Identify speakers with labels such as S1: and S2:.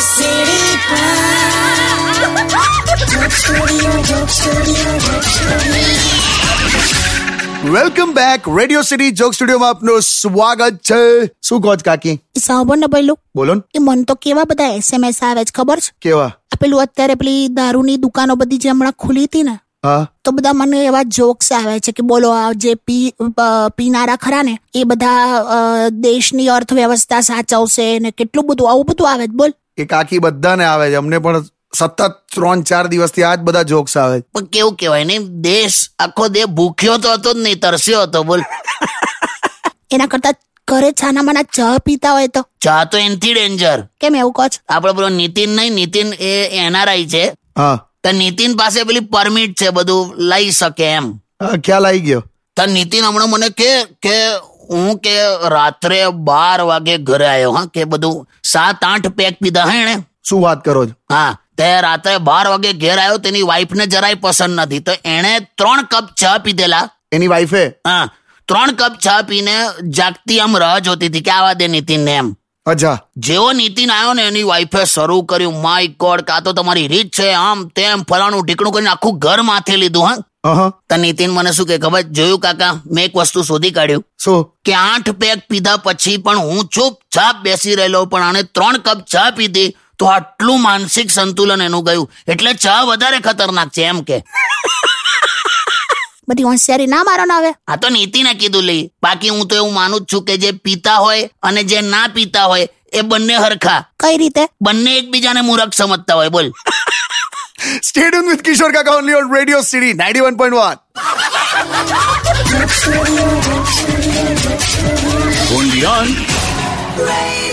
S1: સીડી
S2: welcome back radio city joke સ્ટુડિયોમાં આપનું સ્વાગત છે શું કહો છો કાકી
S3: સાંભળ ને પેલું
S2: બોલો ને
S3: એ મને તો કેવા બધા એસએમએસ આવે છે ખબર છે
S2: કેવા
S3: આ પેલું અત્યારે પેલી દારૂની દુકાનો બધી જે હમણાં ખુલી હતી ને
S2: હા
S3: તો બધા મને એવા જોક્સ આવે છે કે બોલો આ જે પી અ, પીનારા ખરા ને એ બધા અ, દેશની અર્થવ્યવસ્થા સાચવશે ને કેટલું બધું આવું બધું આવે છે બોલ
S2: એ કાકી બધાને આવે છે અમને પણ સતત ત્રણ ચાર દિવસથી આ જ બધા જોક્સ આવે છે
S4: પણ કેવું કહેવાય ને દેશ આખો દેહ ભૂખ્યો તો હતો જ નહીં તરસ્યો હતો બોલ
S3: એના કરતા ઘરે છાનામાના ચા પીતા હોય તો
S4: ચા તો એનથી ડેન્જર
S3: કેમ એવું કહો છો
S4: આપડે પેલો નીતિન નહીં નીતિન એ એનઆરઆઈ છે
S2: હા
S4: તો નીતિન પાસે પેલી પરમિટ છે બધું લઈ શકે એમ
S2: હા, ખ્યાલ આવી ગયો
S4: તો નીતિન હમણાં મને કે કે હું કે રાત્રે બાર વાગે ઘરે આવ્યો હા કે બધું સાત આઠ પેક પીધા હે એણે
S2: શું વાત કરો છો
S4: હા તે રાત્રે બાર વાગે ઘેર આવ્યો તેની વાઈફને જરાય પસંદ નથી તો એણે ત્રણ કપ ચા પીધેલા
S2: એની વાઈફે
S4: હા ત્રણ કપ ચા પીને જાગતી આમ રાહ જોતી હતી કે આવા દે નીતિનને એમ
S2: અચ્છા
S4: જેવો નીતિન આવ્યો ને એની વાઈફે શરૂ કર્યું માય ગોડ કાં તો તમારી રીત છે આમ તેમ ફલાણું ઢીકણું કરીને આખું ઘર માથે લીધું હા
S2: હા
S4: તો નીતિન મને શું કે ખબર જોયું કાકા મેં એક વસ્તુ શોધી કાઢ્યું
S2: શું
S4: કે આઠ પેક પીધા પછી પણ હું ચૂપચાપ બેસી રહેલો પણ આને ત્રણ કપ ચા પીધી તો આટલું માનસિક સંતુલન એનું ગયું એટલે ચા વધારે ખતરનાક છે એમ કે
S3: બધી હોશિયારી ના મારો ને હવે
S4: આ તો નીતિને કીધું લી બાકી હું તો એવું માનું જ છું કે જે પીતા હોય અને જે ના પીતા હોય એ બંને હરખા
S3: કઈ રીતે
S4: બંને એકબીજાને મૂરખ સમજતા હોય બોલ
S2: સ્ટેડિયમ વિથ કિશોર કાકા only on radio city ninety one point one
S1: Radio